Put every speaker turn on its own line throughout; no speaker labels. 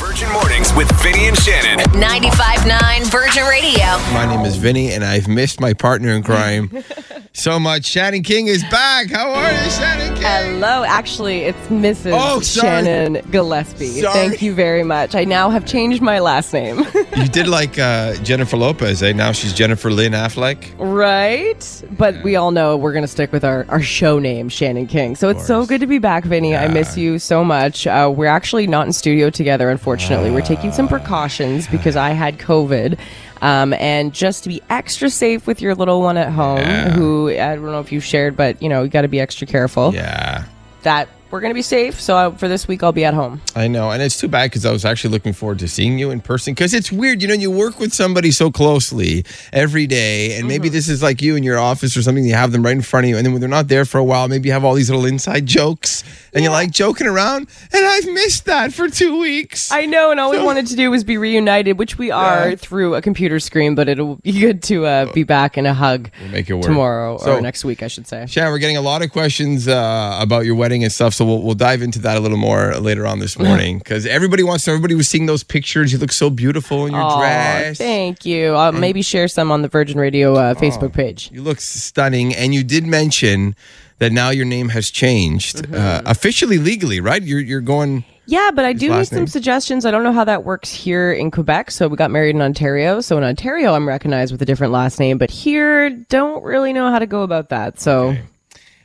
Virgin Mornings with Vinny and Shannon.
95.9 Virgin Radio.
My name is Vinny, and I've missed my partner in crime so much. Shannon King is back. How are you, Shannon King?
Hello. Actually, it's Mrs.
Oh, sorry.
Shannon Gillespie.
Sorry.
Thank you very much. I now have changed my last name.
You did like uh, Jennifer Lopez, eh? Now she's Jennifer Lynn Affleck.
right? But we all know we're going to stick with our, our show name, Shannon King. So it's so good to be back, Vinny. I miss you so much. Uh, we're actually not in studio together, unfortunately. We're taking
Ah.
some precautions because I had COVID. Um, and just to be extra safe with your little one at home, who I don't know if you shared, but you know, you got to be extra careful.
Yeah,
That we're going to be safe. So uh for this week, I'll be at home.
I know. And it's too bad because I was actually looking forward to seeing you in person because it's weird. You know, you work with somebody so closely every day, and maybe this is like you in your office or something. You have them right in front of you, and then when they're not there for a while, maybe you have all these little inside jokes and you like joking around. And I've missed that for two weeks.
I know, and all we wanted to do was be reunited, which we are
Yeah.
through a computer screen, but it'll be good to uh, be back in a hug
make it work.
tomorrow
So-
or next week, I should say.
Shannon, we're getting a lot of questions uh, about your wedding and stuff, so we'll, we'll dive into that a little more later on this morning because everybody wants to. Everybody was seeing those pictures. You look so beautiful in your
Aw,
dress. Oh.
thank you. I'll maybe share some on the Virgin Radio uh, Facebook page.
You look s- stunning, and you did mention that now your name has changed
Mm-hmm.
uh, officially, legally, right? You're you're going.
Yeah, but I do need
last
some
name.
suggestions. I don't know how that works here in Quebec. So we got married in Ontario. So in Ontario, I'm recognized with a different last name, but here, don't really know how to go about that. So.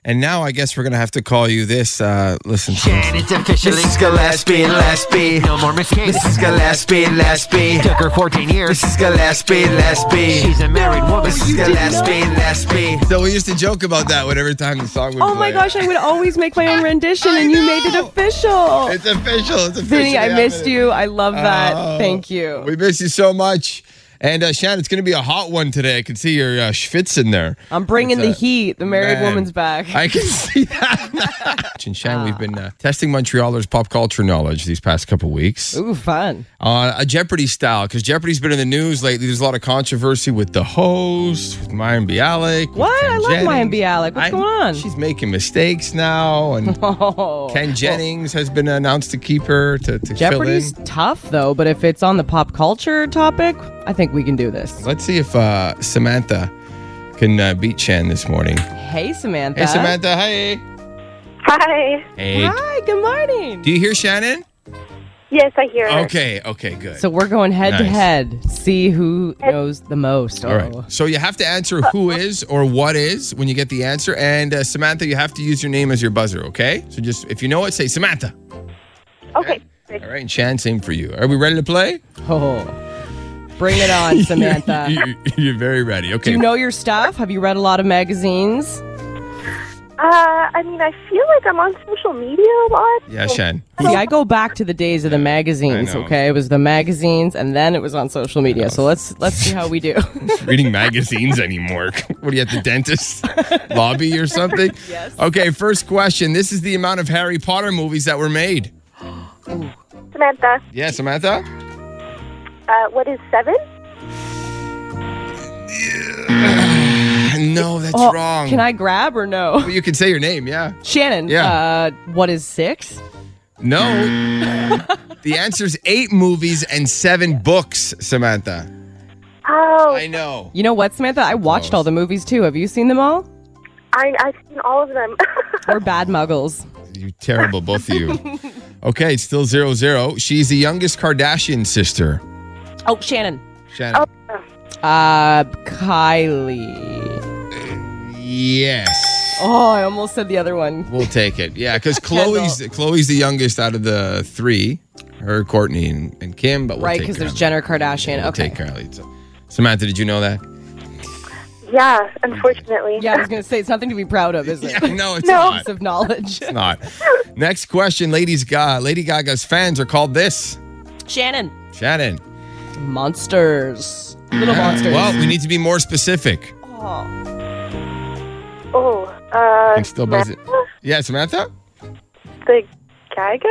And now I guess we're gonna have to call you this. Uh, listen, to this.
And it's officially
Mrs. Gillespie, Gillespie.
No more mistakes.
Mrs. Gillespie, Gillespie.
Took her 14 years.
Mrs. Gillespie, Gillespie.
She's a married woman.
Mrs. Gillespie, Gillespie.
so we used to joke about that whenever time the song would
Oh my
play.
gosh, I would always make my own rendition,
I
and you
know.
made it official.
It's official. It's official.
Vinny, I missed you. I love that.
Oh,
Thank you.
We miss you so much. And uh, Shannon, it's going to be a hot one today. I can see your uh, schwitz in there.
I'm bringing the
It's a-
heat. The married
Man.
woman's back.
I can see that. and Shannon, we've been uh, testing Montrealers' pop culture knowledge these past couple weeks.
Ooh, fun.
Uh, a Jeopardy style, because Jeopardy's been in the news lately. There's a lot of controversy with the host, with Mayim Bialik. with
What?
Ken
I love Mayim
Jennings.
Bialik. What's
I-
going on?
She's making mistakes now. And
Oh.
Ken Jennings has been announced to keep her to, to fill in.
Jeopardy's tough though, but if it's on the pop culture topic, I think we can do this.
Let's see if uh, Samantha can uh, beat Shan this morning.
Hey, Samantha.
Hey, Samantha. Hey.
Hi.
Hey.
Hi. Good morning.
Do you hear Shannon?
Yes, I hear. her.
Okay. Okay. Good.
so we're going head to
Nice.
head. See who knows the most.
All right.
Oh.
So you have to answer who is or what is when you get the answer. And uh, Samantha, you have to use your name as your buzzer. Okay. So just if you know it, say Samantha.
Okay.
All right. And Shan, same for you. Are we ready to play?
Oh. Bring it on, Samantha.
You- You're very ready. Okay.
Uh, Do you know your stuff? Have you read a lot of magazines?
Uh, I mean, I feel like I'm on social media a lot.
yeah,
so-
Shan.
See, I go back to the days of the magazines.
I know.
Okay, it was the magazines, and then it was on social media. So let's let's see how we do.
reading magazines anymore. what are you at the dentist lobby or something? Yes. Okay, first question. This is the amount of Harry Potter movies that were made.
Samantha,
Yeah, Samantha?
uh, what is seven?
No, that's
Oh,
wrong.
Can I grab or no?
Well, you can say your name, yeah.
Shannon.
Yeah.
Uh, what is six?
No. the answer's eight movies and seven books, Samantha.
Oh,
I know.
You know what, Samantha? I watched all the movies too. Have you seen them all?
I, I've seen all of them.
We're bad muggles.
You terrible, both of you. Okay, it's still zero zero. She's the youngest Kardashian sister.
Oh, Shannon.
Shannon.
Uh, Kylie.
Yes.
Oh, I almost said the other one.
We'll take it. Yeah, because Chloe's Chloe's the youngest out of the three. Her, Courtney, and, and Kim. But we'll
right,
take
because there's
Kylie.
Jenner Kardashian.
We'll
okay.
take Kylie. So- Samantha, did you know that?
yeah, unfortunately.
Yeah, I was gonna say it's nothing to be proud of, is it?
no, it's
No.
not.
Piece of knowledge.
It's not. Next question, ladies. Ga- Lady Gaga's fans are called this.
Shannon.
Shannon.
Monsters. Little monsters.
Well, we need to be more specific.
Oh, uh,
Can still buzz it.
Samantha?
Yeah, Samantha.
the Gaga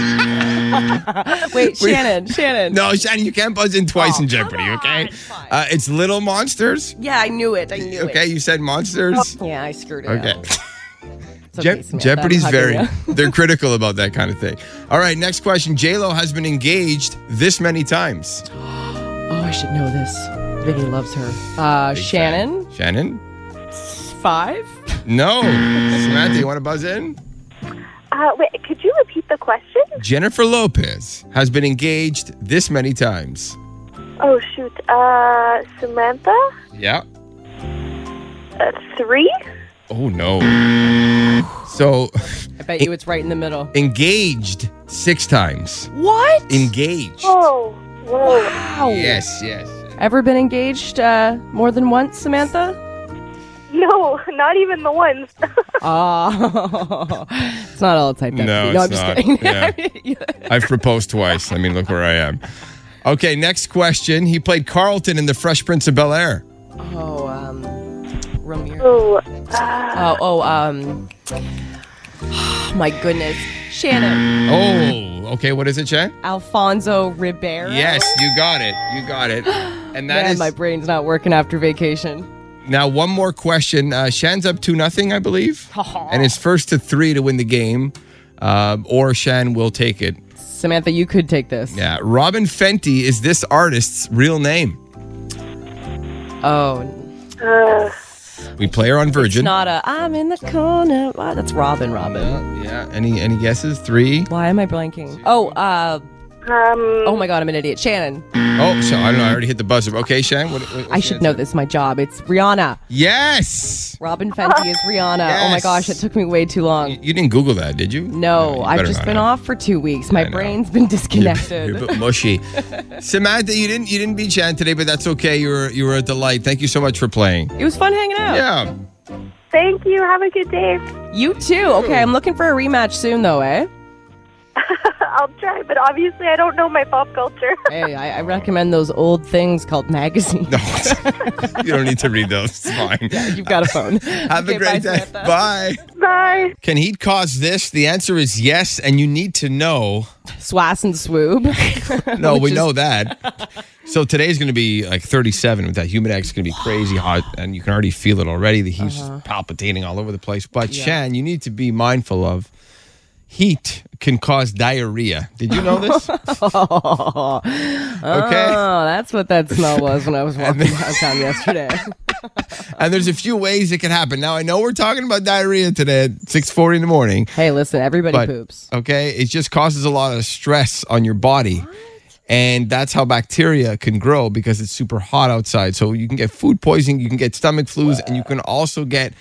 monsters.
Wait, Shannon. Shannon.
No, Shannon, you can't buzz in twice
Oh,
in Jeopardy. Okay.
fine.
Uh, it's little monsters.
Yeah, I knew it. I knew
Okay, you said monsters.
it. Yeah, I screwed it
Okay.
up. It's
Je-
okay, Samantha, I'm
Jeopardy's
hugging
very,
you.
they're critical about that kind of thing. All right, next question. JLo has been engaged this many times.
Oh, I should know this. Vinny loves her. Uh,
Big
Shannon,
fan. Shannon?
five.
No. Samantha, you want to buzz in?
Uh, wait, could you repeat the question?
Jennifer Lopez has been engaged this many times.
Oh, shoot. Uh, Samantha?
Yeah.
Uh, three?
Oh, no. So,
I bet you it's right in the middle.
engaged six times.
What?
Engaged.
Oh, whoa.
Wow.
Yes, yes.
Ever been engaged uh, more than once, Samantha?
No, not even the ones.
Oh, it's not all typed up.
No,
no
it's not.
I'm just kidding.
I've proposed twice. I mean, look where I am. Okay, next question. He played Carlton in The Fresh Prince of Bel Air.
oh, um, Ramiro.
oh,
Oh, oh, um, my goodness, Shannon,
Oh, okay. What is it, Chad?
Alfonso Ribeiro.
Yes, you got it. You got it. And that
Man,
is
my brain's not working after vacation.
now one more question. Uh, Shan's up two nothing, I believe, and it's first to three to win the game, um, or Shan will take it.
Samantha, you could take this.
Yeah, Robin Fenty is this artist's real name.
Oh,
uh,
We play her on
it's
Virgin.
not a. I'm in the corner. Wow, that's Robin. Robin.
yeah, yeah. Any any guesses? Three.
Why am I blanking? Oh, uh,
um,
oh my God, I'm an idiot. Shannon,
Oh, so I don't know. I already hit the buzzer. Okay, Shan. What, what- what's
I
the
should
answer?
know this. My job. It's Rihanna.
Yes.
Robin Fenty is Rihanna. Oh my
Yes.
gosh, it took me way too long.
You didn't Google that, did you?
No,
you
I've
better
just
not
been
have.
off for two weeks.
I
My
know.
brain's been disconnected.
You're a bit mushy. Samantha, you didn't you didn't beat Shan today, but that's okay. You were you were a delight. Thank you so much for playing.
It was fun hanging out.
Yeah.
thank you. Have a good day.
You too. Okay, I'm looking for a rematch soon, though, eh?
I'll try, but obviously I don't know my pop culture.
Hey, I, I recommend those old things called magazines.
No, you don't need to read those. It's fine.
You've got a phone.
Have
Okay,
a great
bye,
day.
Samantha.
Bye.
Bye.
Can heat cause this? The answer is yes, and you need to know.
Swass and swoob.
No,
Which
we
is-
know that. So today's going to be like 37 with that humid air. It's going to be crazy hot, and you can already feel it already. The heat's
Uh-huh.
just palpitating all over the place. But Shan, you need to be mindful of heat can cause diarrhea. Did you know this?
Oh,
okay.
oh, that's what that smell was when I was walking downtown yesterday.
And there's a few ways it can happen. Now I know we're talking about diarrhea today at 6:40 in the morning.
Hey, listen, everybody
but
poops.
okay it just causes a lot of stress on your body and that's how bacteria can grow because it's super hot outside so you can get food poisoning you can get stomach flus and you can also get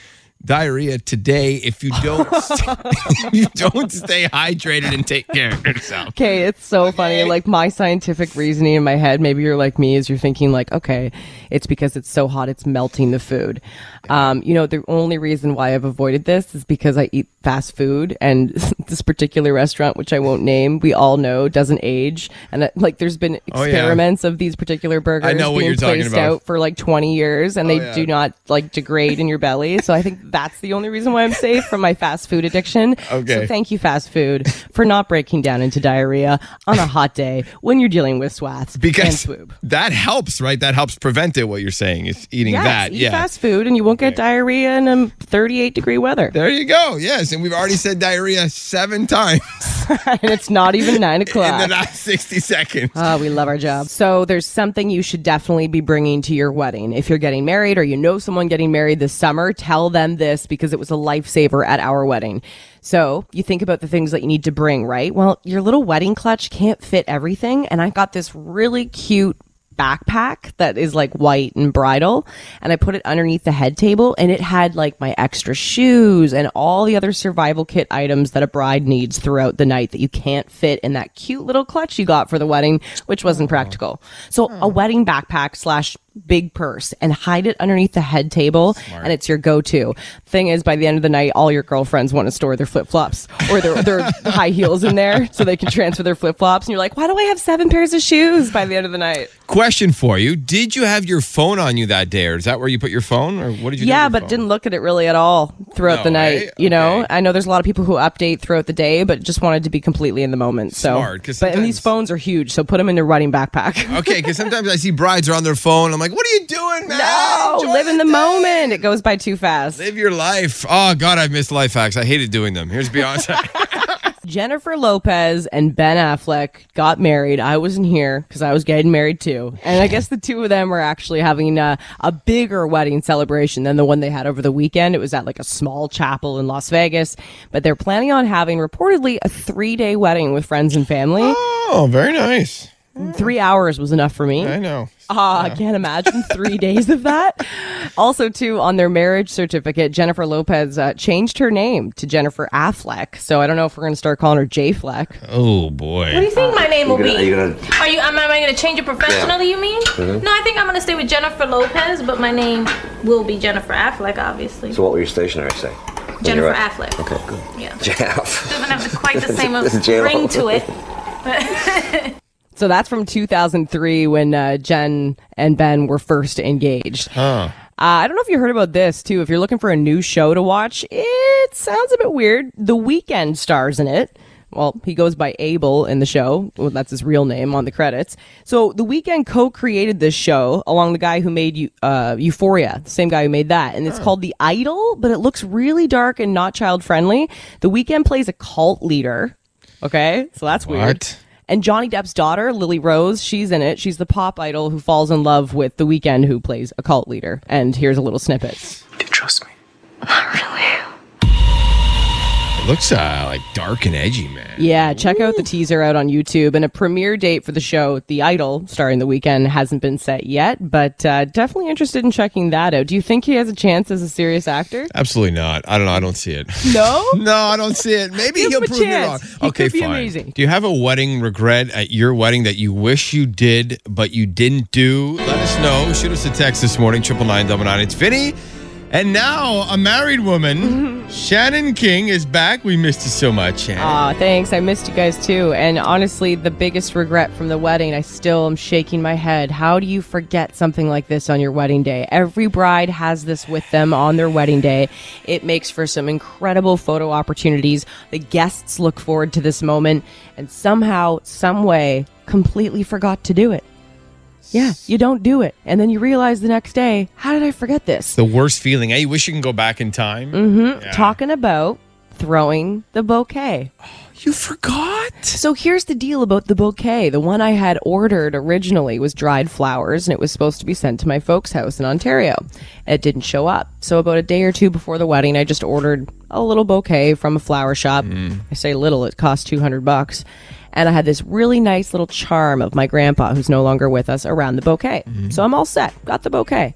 diarrhea today if you don't if you don't stay hydrated and take care of yourself
Okay, it's so funny. Like my scientific reasoning in my head, maybe you're like me, is you're thinking like, okay, it's because it's so hot, it's melting the food. Um, you know, the only reason why I've avoided this is because I eat fast food, and this particular restaurant, which I won't name, we all know doesn't age, and uh, like there's been
Oh, yeah.
experiments of these particular burgers
know what
being
you're talking
placed
about. Oh,
out for like 20 years, and they
yeah.
do not like degrade in your belly. So I think that's the only reason why I'm safe from my fast food addiction.
Okay.
So thank you, fast food, for not breaking down into diarrhea on a hot day when you're dealing with swaths
because
and swoob.
that helps right that helps prevent it what you're saying is eating
Yes,
that
eat
yeah
fast food and you won't get diarrhea in um, 38 degree weather.
there you go yes and we've already said diarrhea seven times
and it's not even nine
in the
o'clock.
last 60 seconds
Oh, we love our job. So there's something you should definitely be bringing to your wedding. If you're getting married or you know someone getting married this summer, tell them this because it was a lifesaver at our wedding. So you think about the things that you need to bring, right? Well, your little wedding clutch can't fit everything. And I got this really cute backpack that is like white and bridal and I put it underneath the head table and it had like my extra shoes and all the other survival kit items that a bride needs throughout the night that you can't fit in that cute little clutch you got for the wedding, which wasn't practical. So a wedding backpack slash big purse and hide it underneath the head table and it's your go-to thing is by the end of the night all your girlfriends want to store their flip-flops or their, their high heels in there so they can transfer their flip-flops and you're like why do i have seven pairs of shoes by the end of the night
Question for you: Did you have your phone on you that day, or is that where you put your phone, or what did you? do with
yeah
your
but
phone?
didn't look at it really at all throughout
No,
the night
eh?
you know
Okay.
i know there's a lot of people who update throughout the day but just wanted to be completely in the moment so
Smart, 'cause
but and these
sometimes-
phones are huge so put them in your running backpack
Okay, because sometimes I see brides are on their phone. I'm like, like, what are you doing, man?
No,
Enjoy
live in the
day.
moment. It goes by too fast.
Live your life. Oh God, I've missed life hacks. I hated doing them. Here's Beyonce.
Jennifer Lopez and Ben Affleck got married. I wasn't here because I was getting married too. And I guess the two of them are actually having a, a bigger wedding celebration than the one they had over the weekend. It was at like a small chapel in Las Vegas, but they're planning on having reportedly a three day wedding with friends and family.
oh, very nice.
Three hours was enough for me.
I know.
Ah, I can't imagine three days of that. Also, too, on their marriage certificate, Jennifer Lopez uh, changed her name to Jennifer Affleck. So I don't know if we're going to start calling her J Fleck.
Oh boy.
you think my name will
gonna- are Ah, you
be?
gonna- Mm-hmm.
Are you- am I, am I gonna change it professionally? You mean? No, I think I'm gonna stay with Jennifer Lopez, but my name will be Jennifer Affleck, obviously.
So what will your stationery say?
Jennifer
you're right.
Affleck.
Okay, good.
Yeah.
Jeff.
Doesn't have the, quite the same
This is J-Lo.
ring to it.
So that's from 2003 when uh, Jen and Ben were first engaged.
Huh.
Uh, I don't know if you heard about this too. If you're looking for a new show to watch, it sounds a bit weird. The Weekend stars in it. Well, he goes by Abel in the show. Well, that's his real name on the credits. So The Weekend co-created this show along the guy who made Eu- uh, Euphoria, the same guy who made that, and it's called The Idol. But it looks really dark and not child friendly. The Weekend plays a cult leader. Okay, so that's weird.
What?
And Johnny Depp's daughter, Lily Rose, she's in it. She's the pop idol who falls in love with The Weeknd, who plays a cult leader. And here's a little snippet.
Trust me.
It looks uh, like dark and edgy, man.
Yeah, check out the teaser out on YouTube. And a premiere date for the show, The Idol, starring The Weeknd, hasn't been set yet, but uh, definitely interested in checking that out. Do you think he has a chance as a serious actor?
Absolutely not. I don't know. I don't see it.
No?
No, I don't see it. Maybe
Give
he'll
him a
prove me wrong.
chance. He
okay,
could be
fine.
amazing.
Do you have a wedding regret at your wedding that you wish you did but you didn't do? Let us know. Shoot us a text this morning, triple nine double nine. It's Vinny. And now a married woman, Shannon King, is back. We missed you so much, Shannon.
Aw, thanks. I missed you guys too. And honestly, the biggest regret from the wedding, I still am shaking my head. How do you forget something like this on your wedding day? Every bride has this with them on their wedding day. It makes for some incredible photo opportunities. The guests look forward to this moment and somehow, some way, completely forgot to do it. Yeah, you don't do it. And then you realize the next day, how did I forget this?
the worst feeling. Hey, you wish you can go back in time.
Mm-hmm. Talking about throwing the bouquet.
You forgot?
So here's the deal about the bouquet. The one I had ordered originally was dried flowers and it was supposed to be sent to my folks' house in Ontario. It didn't show up. So about a day or two before the wedding, I just ordered a little bouquet from a flower shop.
Mm.
I say little, it cost 200 bucks. And I had this really nice little charm of my grandpa who's no longer with us around the bouquet.
Mm.
So I'm all set. Got the bouquet.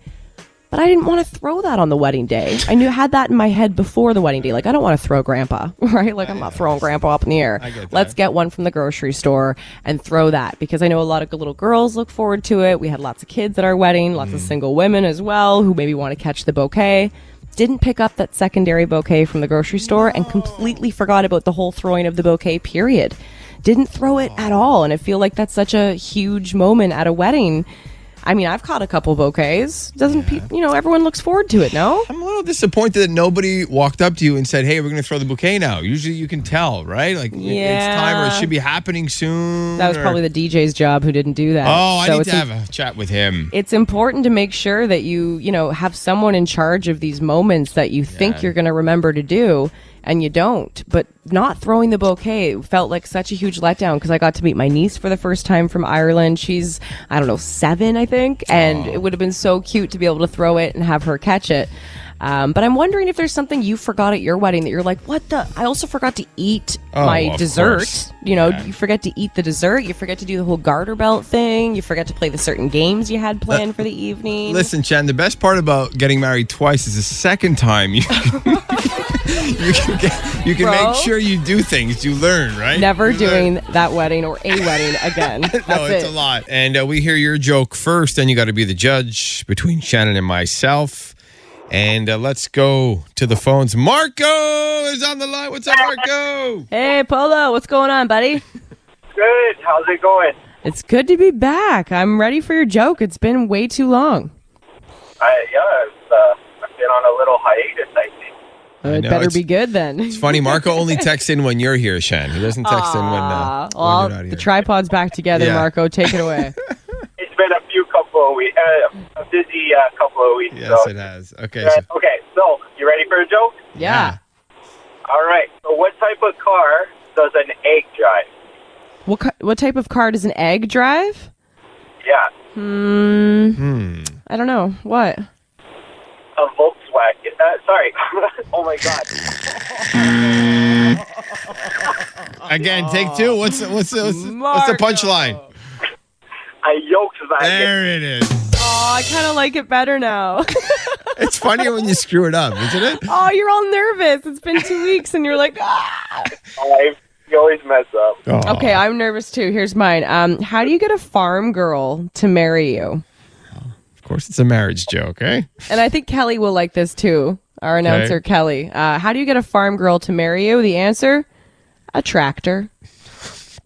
But I didn't want to throw that on the wedding day. I knew had that in my head before the wedding day. Like I don't want to throw grandpa, right? Like I'm not throwing grandpa up in the air.
get that.
Let's get one from the grocery store and throw that because I know a lot of little girls look forward to it. We had lots of kids at our wedding, lots
Mm-hmm.
of single women as well who maybe want to catch the bouquet. Didn't pick up that secondary bouquet from the grocery store and completely forgot about the whole throwing of the bouquet period. Didn't throw it at all and I feel like that's such a huge moment at a wedding. I mean, I've caught a couple bouquets. Doesn't pe- you know? Everyone looks forward to it. No,
I'm a little disappointed that nobody walked up to you and said, "Hey, we're going to throw the bouquet now." Usually, you can tell, right? Like it's time, or it
Yeah.
should be happening soon.
that was
or-
probably the DJ's job who didn't do that.
Oh, I
So
need
it's
to have a chat with him.
it's important to make sure that you you know have someone in charge of these moments that you think you're going to remember to do and you don't but not throwing the bouquet felt like such a huge letdown because i got to meet my niece for the first time from ireland she's i don't know seven i think and it would have been so cute to be able to throw it and have her catch it um, but i'm wondering if there's something you forgot at your wedding that you're like what the i also forgot to eat
Oh,
my
of
dessert
course.
you know you forget to eat the dessert you forget to do the whole garter belt thing you forget to play the certain games you had planned for the evening
Listen, Chen, the best part about getting married twice is the second time you can, you can, get, you can
Bro.
make sure you do things. You learn, right?
never
You learn.
doing that wedding or a wedding again that's
No, it's
it
a lot. And uh, we hear your joke first, then you got to be the judge between Shannon and myself. And uh, let's go to the phones. Marco is on the line. What's up, Marco?
hey polo what's going on buddy
Good. How's it going?
it's good to be back i'm ready for your joke it's been way too long
I, yeah, it's, uh, I've been on a little hiatus, I think.
it
know,
better
it's-
be good then
Funny, Marco only texts in when you're here, Shannon. He doesn't text in when, uh,
well
when you're not
the
here.
tripod's back together
Yeah.
marco take it away
It's been a few couple of week, uh, a busy uh, couple of weeks.
Yes,
so.
it has. Okay.
Uh,
So,
okay, so you ready for a joke?
Yeah.
All right. So what type of car does an egg drive?
What ki- what type of car does an egg drive?
Yeah,
Hmm.
I don't know. What?
a Volkswagen. Uh, sorry. oh my God.
Again, take two. What's the, what's the, what's the, what's the
Oh. Marco.
punchline?
A Yolkswagen.
There it is.
Oh, I kind of like it better now.
It's funnier when you screw it up, isn't it?
oh, you're all nervous. It's been two weeks, and you're like, ah.
I You always mess up.
Oh.
Okay, I'm nervous too. Here's mine. Um, how do you get a farm girl to marry you?
Of course, it's a marriage joke, eh?
And I think Kelly will like this too. Our announcer Kelly. Uh, how do you get a farm girl to marry you? The answer: a tractor.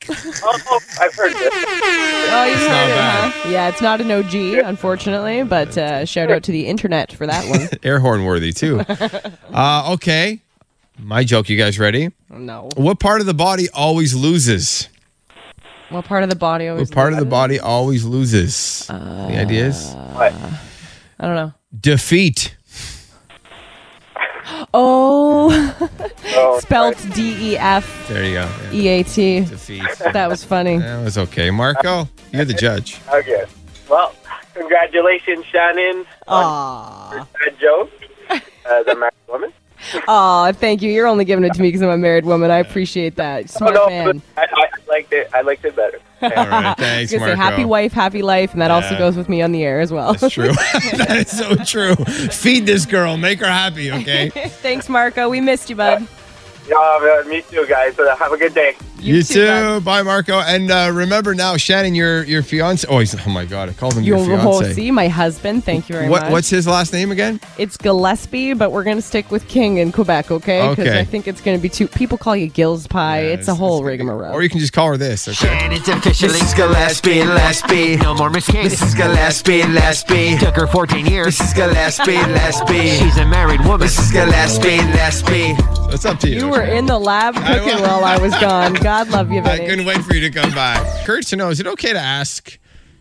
Oh, I've heard this.
Oh, you heard
not
it,
bad.
huh? Yeah, it's not an OG, unfortunately, but uh, shout out to the internet for that one.
Air horn worthy, too. uh, okay. My joke, you guys ready?
Oh, no.
What part of the body always loses?
What part of the body always? Uh.
What part of the body always loses? Any ideas?
What?
I don't know.
Defeat.
Oh,
Oh,
spelt D E F
There you go. Yeah.
E A T.
Defeat.
That was funny.
That was okay. Marco, you're the judge.
Okay. Well, congratulations, Shannon.
Aw,
That joke. As a married woman.
aw, thank you. You're only giving it to me because I'm a married woman. I appreciate that.
Oh,
Smart
no,
man.
I, I liked it. I liked it better.
All right. Thanks,
I was
Marco.
gonna say happy wife, happy life, and that also
Yeah.
goes with me on the air as well.
That's true. that is so true. Feed this girl. Make her happy, okay?
Thanks, Marco. We missed you, bud.
Yeah, me too, guys. Uh, have a good day.
You,
too,
too.
bud.
Bye, Marco. And uh, remember now, Shannon, your your fiance. Oh, he's, oh my God, I called him your,
Your whole
fiance.
see, my husband. Thank you very
What
much.
what's his last name again?
It's Gillespie, but we're going to stick with King in Quebec, okay? Because
Okay.
I think it's going to be too. People call you Gills Pie. it's a whole rigmarole.
Or you can just call her this. Okay.
And it's officially
This is Gillespie, Gillespie.
no more mistakes.
This is Gillespie, Gillespie.
Took her 14 years.
This is Gillespie, Gillespie.
She's a married woman.
This is Gillespie, Gillespie.
It's up to you.
you were in the lab cooking
was.
while I was gone. God love you,
I
Vinny.
couldn't wait for you to come by. Curious to know, is it okay to ask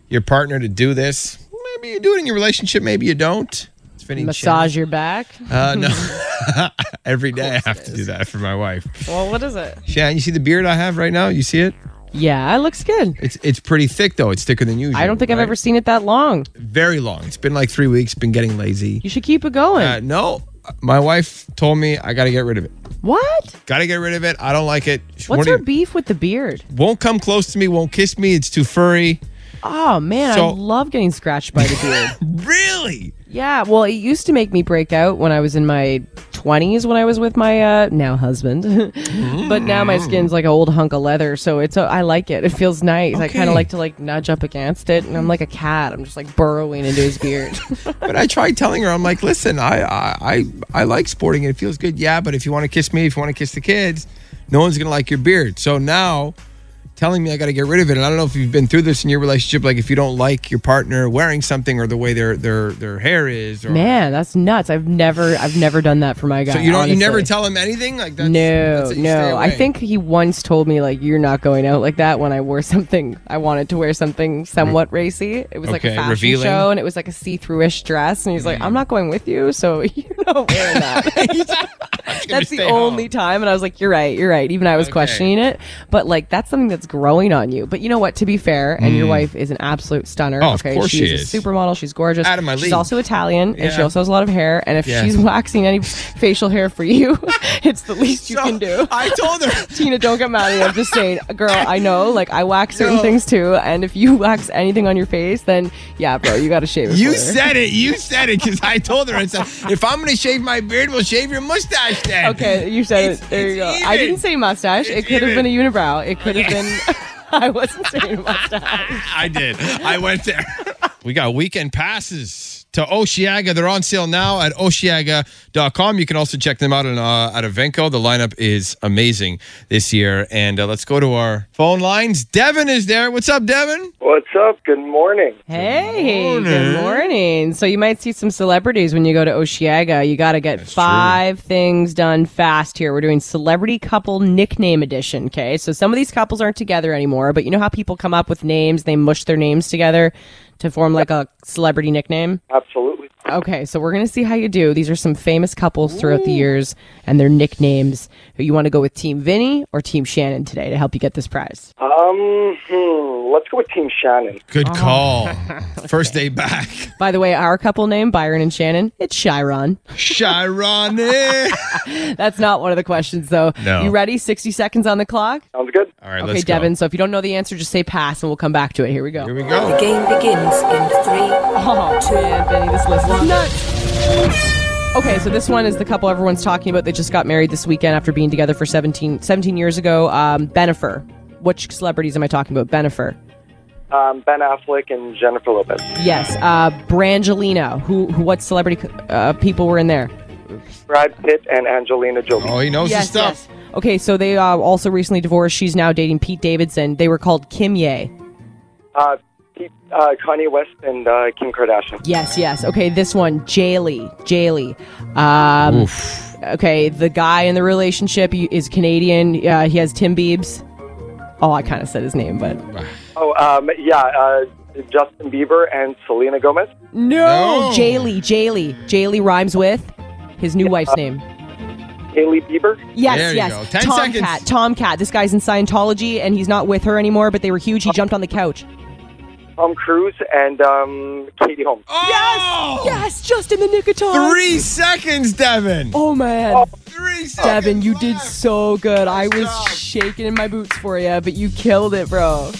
your partner to do this? Maybe you do it in your relationship. Maybe you don't. It's Vinny and
Massage your back.
Shannon. Uh, no. Every day I have to do that for my wife.
Well, what is it?
Shannon, you see the beard I have right now? You see it?
Yeah, it looks good.
It's it's pretty thick though. It's thicker than usual.
I don't think I've
right?
ever seen it that long.
very long. It's been like three weeks. Been getting lazy.
You should keep it going.
Uh, no, my wife told me I got to get rid of it.
what?
Got to get rid of it. I don't like it. She
What's
won't
her
even-
beef with the beard?
Won't come close to me. Won't kiss me. It's too furry.
Oh, man.
So-
I love getting scratched by the beard.
Really?
Yeah, well, it used to make me break out when I was in my 20s when I was with my uh, now husband. but now
Mm.
my skin's like an old hunk of leather, so it's uh, I like it. It feels nice. I kind
Okay.
of like to like nudge up against it and I'm like a cat. I'm just like burrowing into his beard.
But I tried telling her. I'm like, listen, I I I, I like sporting it. It feels good. Yeah, but if you want to kiss me, if you want to kiss the kids, no one's gonna like your beard. So now. Telling me I got to get rid of it, and I don't know if you've been through this in your relationship. Like, if you don't like your partner wearing something or the way their their their hair is, or
Man, that's nuts. I've never I've never done that for my guy.
So you don't you never
honestly.
tell him anything like that?
No, no. I think he once told me like you're not going out like that when I wore something I wanted to wear something somewhat racy. It was like
Okay,
a fashion
revealing. Mm-hmm.
show and it was like a see-through-ish dress and he's like, "I'm not going with you, so you're not wearing that." that's the
stay home.
only time and I was like, "You're right, you're right." Even I was questioning it, but like that's something that's growing on you. But you know what, to be fair, and your wife is an absolute stunner.
Mm. Oh, of
okay,
course
she's
she
a
is.
supermodel, she's gorgeous.
Out of my
she's
league.
also Italian and she
Yeah.
also has a lot of hair and if
Yeah.
she's waxing any facial hair for you, it's the least you can do.
I told her.
Tina, don't get mad at me. I'm just saying, girl, I know, like, I wax certain
No.
things too, and if you wax anything on your face, then yeah, bro, you gotta shave it.
You
for her.
said it. You said it because I told her. I said, if I'm going to shave my beard, we'll shave your mustache then.
Okay, you said
It's-
it. There you
it's
go. I
even.
didn't say mustache.
It's
it could have
even.
been a unibrow. It could have been. I wasn't saying mustache.
I did. I went there. We got weekend passes to Oshiaga. They're on sale now at Oshiaga.com. You can also check them out on, uh, at Evenco. The lineup is amazing this year. And uh, let's go to our phone lines. Devin is there. What's up, Devin?
What's up? Good morning.
Hey, good morning. So you might see some celebrities when you go to Oshiega. You got to get five things done fast here. We're doing celebrity couple nickname edition, okay? So some of these couples aren't together anymore, but you know how people come up with names, they mush their names together to form like a celebrity nickname?
Absolutely.
Okay, so we're going to see how you do. These are some famous couples throughout the years and their nicknames. You want to go with Team Vinny or Team Shannon today to help you get this prize?
Um, hmm, let's go with Team Shannon.
Good
Uh-huh.
call. First day back.
By the way, our couple name, Byron and Shannon, it's Chiron.
Chiron.
That's not one of the questions, though.
No.
You ready? 60 seconds on the clock?
Sounds good.
All right,
okay,
let's
Devin.
go.
So if you don't know the answer, just say pass and we'll come back to it. Here we go.
Here we go.
Game begins in three.
Oh, man, Benny, this list is nuts. Okay, so this one is the couple everyone's talking about. They just got married this weekend after being together for 17, 17 years ago. Um, Benifer. Which celebrities am I talking about? Benifer.
Um, ben Affleck and Jennifer Lopez.
Yes. Uh, Brangelina. Who, who? What celebrity uh, people were in there?
Brad Pitt and Angelina Jolie.
Oh, he knows his stuff.
Okay, so they uh, also recently divorced. She's now dating Pete Davidson. They were called Kim Ye.
Uh, Pete- uh, Kanye West and uh, Kim Kardashian.
Yes, yes. Okay, this one, Jaylee. Jaylee. Um, Okay, the guy in the relationship he is Canadian. Uh, he has Tim Biebs. Oh, I kind of said his name, but
Oh, um, yeah, uh, Justin Bieber and Selena Gomez.
No.
Jaylee, Jaylee, Jaylee rhymes with his new wife's name.
Haley Bieber.
Yes,
There you
yes.
go. Ten
Tomcat,
seconds.
Tomcat. This guy's in Scientology, and he's not with her anymore. But they were huge. He jumped on the couch.
Tom Cruise and um, Katie Holmes.
Oh!
Yes, just in the nick of time.
Three seconds, Devin.
Oh man.
Three seconds.
Devin, you did
left.
so good. I was
job.
shaking in my boots for you, but you killed it, bro.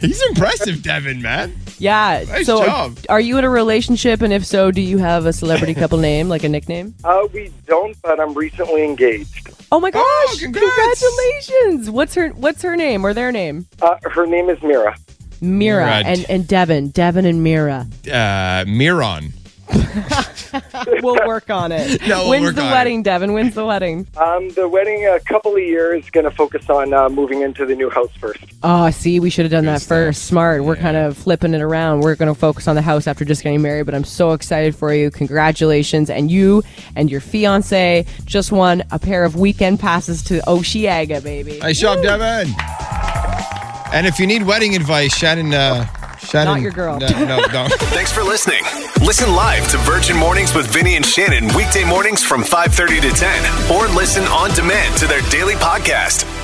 He's impressive, Devin, man.
Yeah.
Nice
so,
job.
are you in a relationship? And if so, do you have a celebrity couple name, like a nickname?
Uh, we don't, but I'm recently engaged.
Oh my gosh!
Oh, congrats.
Congratulations. What's her What's her name or their name?
Uh, her name is Mira.
Mira
Right.
and and Devin, Devin and Mira.
Uh, Miron.
We'll work on it.
No, we'll
when's
work
the
on it.
wedding, Devin? When's the wedding?
Um, the wedding, a couple of years, going to focus on uh, moving into the new house first.
Oh, see, we should have done that
stuff.
first. Smart. We're kind of flipping it around. We're going to focus on the house after just getting married, but I'm so excited for you. Congratulations. And you and your fiance just won a pair of weekend passes to Oshiega, baby.
Nice job, Devin. And if you need wedding advice, Shannon. Uh, Shannon.
your girl.
No, no, no.
Thanks for listening. Listen live to Virgin Mornings with Vinny and Shannon weekday mornings from 5:30 to 10 or listen on demand to their daily podcast.